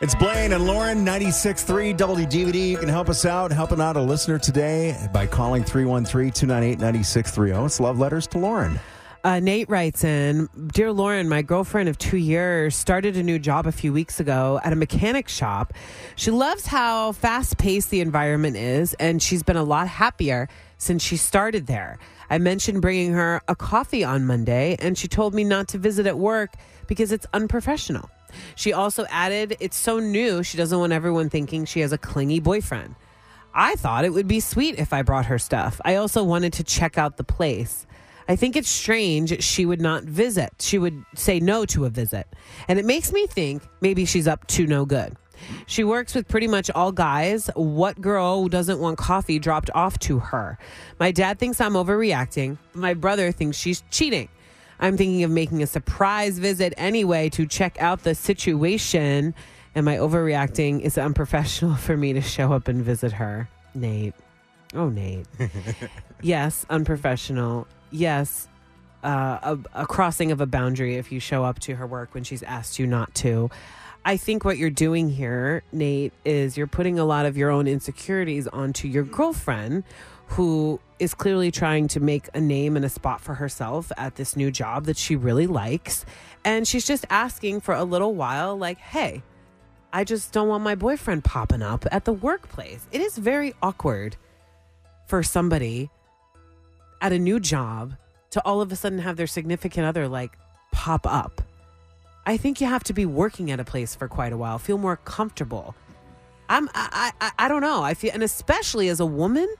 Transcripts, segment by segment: It's Blaine and Lauren, 96.3 WDVD. You can help us out, helping out a listener today by calling 313-298-9630. It's Love Letters to Lauren. Uh, Nate writes in Dear Lauren, my girlfriend of two years started a new job a few weeks ago at a mechanic shop. She loves how fast paced the environment is, and she's been a lot happier since she started there. I mentioned bringing her a coffee on Monday, and she told me not to visit at work because it's unprofessional. She also added, It's so new, she doesn't want everyone thinking she has a clingy boyfriend. I thought it would be sweet if I brought her stuff. I also wanted to check out the place. I think it's strange she would not visit. She would say no to a visit. And it makes me think maybe she's up to no good. She works with pretty much all guys. What girl doesn't want coffee dropped off to her? My dad thinks I'm overreacting. My brother thinks she's cheating. I'm thinking of making a surprise visit anyway to check out the situation. Am I overreacting? Is it unprofessional for me to show up and visit her? Nate. Oh, Nate. yes, unprofessional. Yes, uh, a, a crossing of a boundary if you show up to her work when she's asked you not to. I think what you're doing here, Nate, is you're putting a lot of your own insecurities onto your girlfriend who is clearly trying to make a name and a spot for herself at this new job that she really likes. And she's just asking for a little while, like, hey, I just don't want my boyfriend popping up at the workplace. It is very awkward for somebody at a new job to all of a sudden have their significant other like pop up. I think you have to be working at a place for quite a while, feel more comfortable. I'm I I, I don't know. I feel and especially as a woman,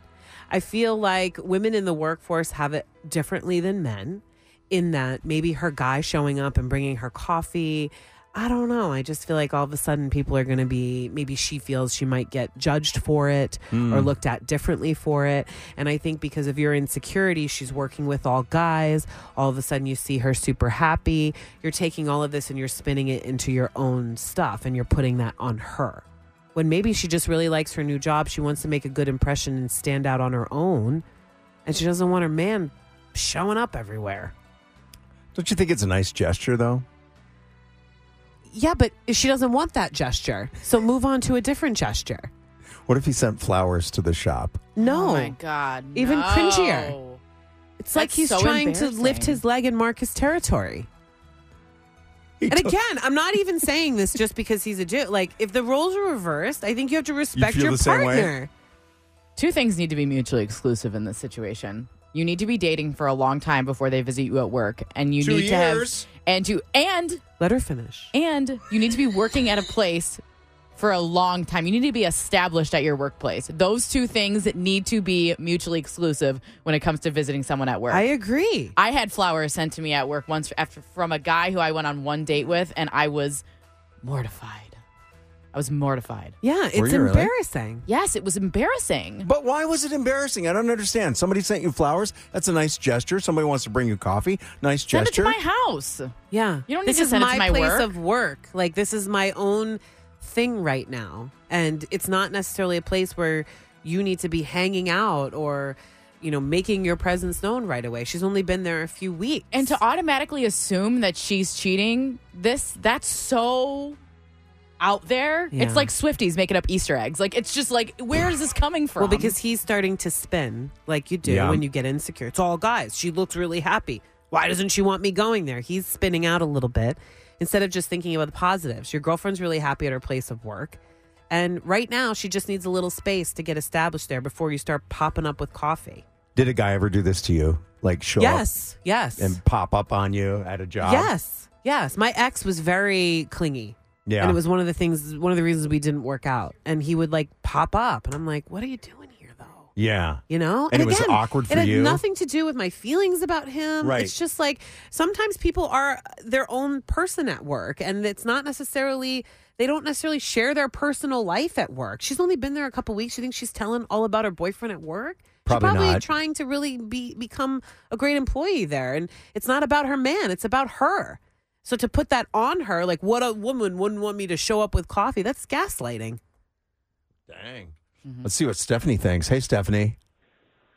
I feel like women in the workforce have it differently than men in that maybe her guy showing up and bringing her coffee. I don't know. I just feel like all of a sudden people are going to be, maybe she feels she might get judged for it or looked at differently for it. And I think because of your insecurity, she's working with all guys. All of a sudden you see her super happy. You're taking all of this and you're spinning it into your own stuff and you're putting that on her when maybe she just really likes her new job. She wants to make a good impression and stand out on her own, and she doesn't want her man showing up everywhere. Don't you think it's a nice gesture, though? Yeah, but she doesn't want that gesture. So move on to a different gesture. What if he sent flowers to the shop? No. Oh my God. Even no. cringier. it's like That's he's so trying to lift embarrassing. his leg and mark his territory. He And took- again, I'm not even saying this just because he's a dude. Like, if the roles are reversed, I think you have to respect feel your the same way? partner. Two things need to be mutually exclusive in this situation. You need to be dating for a long time before they visit you at work, and you Two need to have years. and you and Let her finish. and you need to be working at a place for a long time. You need to be established at your workplace. Those two things need to be mutually exclusive when it comes to visiting someone at work. I agree. I had flowers sent to me at work once after from a guy who I went on one date with, and I was mortified. I was mortified. Yeah, Were it's you really? embarrassing. Yes, it was embarrassing. But why was it embarrassing? I don't understand. Somebody sent you flowers. That's a nice gesture. Somebody wants to bring you coffee. Nice Send it to gesture. my house. Yeah. You don't this need to is send it my to my place work. of work. Like this is my own thing right now. And it's not necessarily a place where you need to be hanging out or, you know, making your presence known right away. She's only been there a few weeks. And to automatically assume that she's cheating, this that's so out there. Yeah. It's like Swifties making up Easter eggs. Like it's just like, where is this coming from? Well, because he's starting to spin like you do Um, Yeah. when you get insecure. It's all guys. She looks really happy. Why doesn't she want me going there? He's spinning out a little bit instead of just thinking about the positives. Your girlfriend's really happy at her place of work. And right now, she just needs a little space to get established there before you start popping up with coffee. Did a guy ever do this to you? Like show Yes. Yes. up and pop up on you at a job? yes. Yes. My ex was very clingy. Yeah. And it was one of the things, one of the reasons we didn't work out. And he would like pop up. And I'm like, what are you doing here, though? yeah. you know And it was awkward for it had you? nothing to do with my feelings about him Right. it's just like sometimes people are their own person at work and it's not necessarily they don't necessarily share their personal life at work she's only been there a couple weeks you think she's telling all about her boyfriend at work Probably she's probably not. trying to really be become a great employee there and it's not about her man it's about her so to put that on her like what a woman wouldn't want me to show up with coffee that's gaslighting Dang. Let's see what Stephanie thinks. Hey, Stephanie.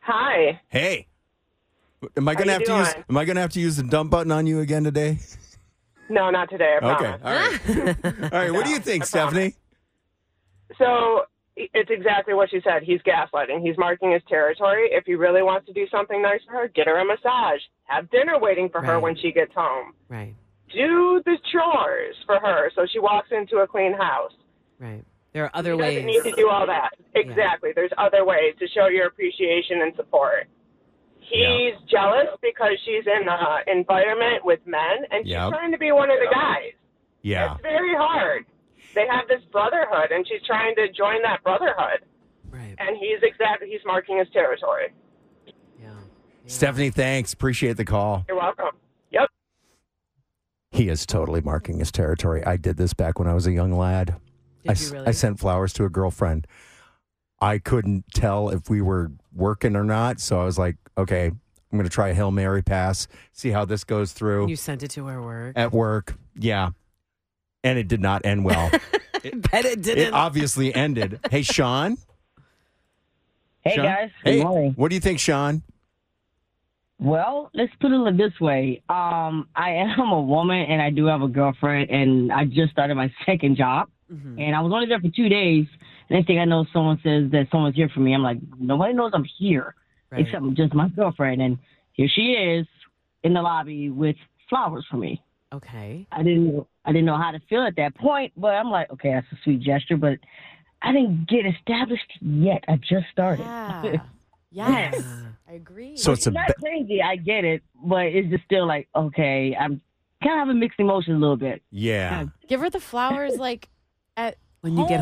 Hi. Hey. Am I How gonna you have to use? doing? Am I gonna have to use the dump button on you again today? No, not today. I Okay. promise. All right. All right. What do you think, Stephanie? So i- it's exactly what she said. He's gaslighting. He's marking his territory. If he really wants to do something nice for her, get her a massage. Have dinner waiting for her Right. when she gets home. Right. Do the chores for her so she walks into a clean house. Right. There are other ways. Doesn't need to do all that. Exactly. There's other ways to show your appreciation and support. He's jealous because she's in an environment with men, and she's Yep. trying to be one of the guys. Yeah. It's very hard. They have this brotherhood, and she's trying to join that brotherhood. Right. And he's exactly he's marking his territory. Yeah. Stephanie, thanks. Appreciate the call. You're welcome. Yep. He is totally marking his territory. I did this back when I was a young lad. Did I, you s- really? I sent flowers to a girlfriend. I couldn't tell if we were working or not, so I was like, okay, I'm going to try a Hail Mary pass, see how this goes through You sent it to her work. at work. Yeah. And it did not end well. Bet it it didn't. obviously ended. Hey, Sean. Hey Sean? guys, Hey, good morning. what do you think, Sean? Well, let's put it this way. Um, I am a woman and I do have a girlfriend, and I just started my second job, Mhm. and I was only there for two days. Next thing I know, someone says that someone's here for me. I'm like, nobody knows I'm here Right. except just my girlfriend, and here she is in the lobby with flowers for me. Okay. I didn't I didn't know how to feel at that point, but I'm like, okay, that's a sweet gesture, but I didn't get established yet. I just started. Yeah. yes. Yeah. I agree. So it's a not crazy. I get it, but it's just still like okay. I'm kind of having mixed emotions a little bit. yeah. give her the flowers like at When you get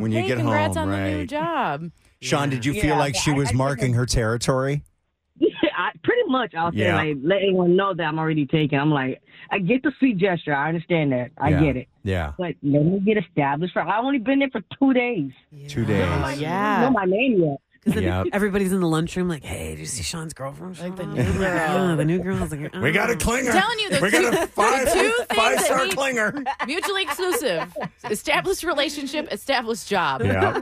When you hey, get congrats home, on the new right. job. Sean, did you feel Yeah, like she I- was I- marking her territory? I, pretty much, I'll say Yeah. like let anyone know that I'm already taken. I'm like, I get the sweet gesture. I understand that. I Yeah. get it. Yeah. But let me get established. For I only been there for two days. Two I'm like, days. I don't Oh, Yeah. know my name yet. Yeah. Everybody's in the lunchroom, like, hey, did you see Sean's girlfriend? Like the new Yeah, the new girl's like, We got a oh. clinger. Telling you, the we got a five, two things that five star need- clinger. Mutually exclusive. Established relationship, established job. Yeah.